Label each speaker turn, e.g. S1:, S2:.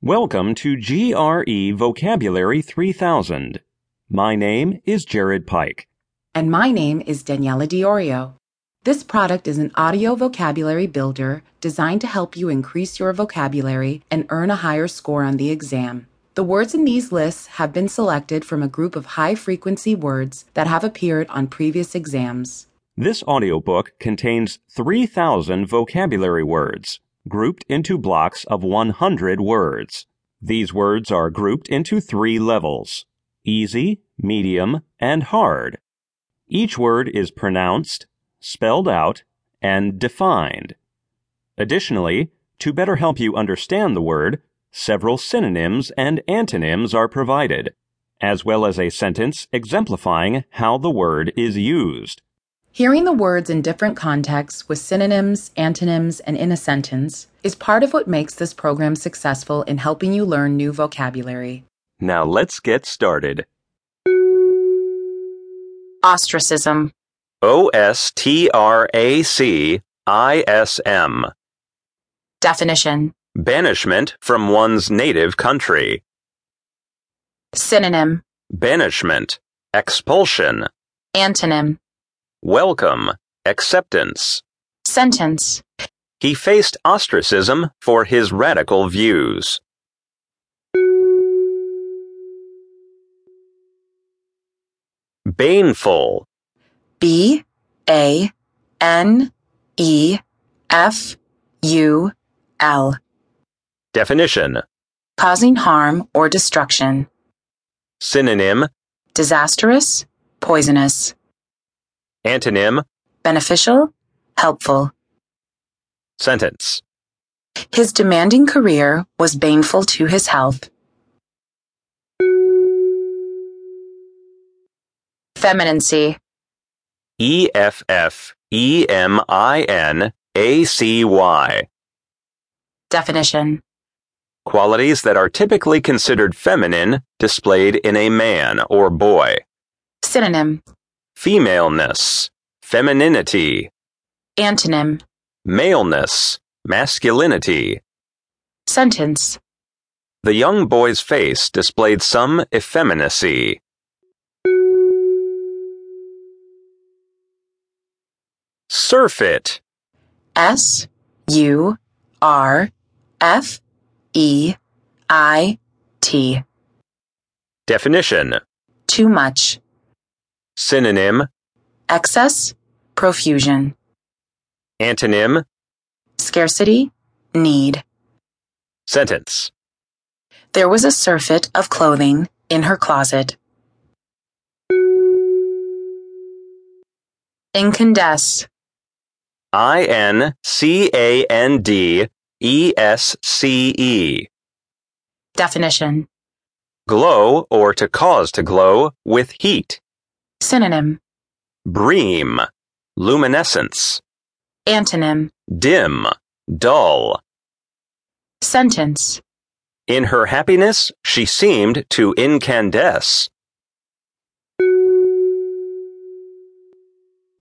S1: Welcome to GRE Vocabulary 3000. My name is Jared Pike.
S2: And my name is Daniela Diorio. This product is an audio vocabulary builder designed to help you increase your vocabulary and earn a higher score on the exam. The words in these lists have been selected from a group of high frequency words that have appeared on previous exams.
S1: This audiobook contains 3000 vocabulary words grouped into blocks of 100 words. These words are grouped into three levels easy, medium, and hard. Each word is pronounced, spelled out, and defined. Additionally, to better help you understand the word, several synonyms and antonyms are provided, as well as a sentence exemplifying how the word is used.
S2: Hearing the words in different contexts with synonyms, antonyms, and in a sentence is part of what makes this program successful in helping you learn new vocabulary.
S1: Now let's get started.
S2: Ostracism,
S1: O S T R A C I S M.
S2: definition,
S1: Banishment from one's native country.
S2: synonym,
S1: Banishment. Expulsion.
S2: antonym,
S1: Welcome. Acceptance.
S2: sentence,
S1: He faced ostracism for his radical views. Baneful.
S2: B A N E F U L,
S1: Definition.
S2: causing harm or destruction,
S1: Synonym.
S2: disastrous, poisonous,
S1: Antonym.
S2: beneficial, helpful.
S1: Sentence.
S2: His demanding career was baneful to his health. Femininity,
S1: E F F E M I N A C Y.
S2: definition,
S1: Qualities that are typically considered feminine displayed in a man or boy.
S2: synonym,
S1: Femaleness, femininity,
S2: antonym,
S1: maleness, masculinity.
S2: sentence,
S1: The young boy's face displayed some effeminacy. Surfeit,
S2: S U R F E I T,
S1: definition,
S2: too much,
S1: synonym,
S2: excess, profusion,
S1: antonym,
S2: scarcity, need.
S1: sentence.
S2: There was a surfeit of clothing in her closet. Incandesce,
S1: I N C A N D E S C E.
S2: definition,
S1: Glow or to cause to glow with heat.
S2: synonym,
S1: Bream. Luminescence.
S2: antonym,
S1: Dim. Dull.
S2: sentence,
S1: In her happiness, she seemed to incandesce.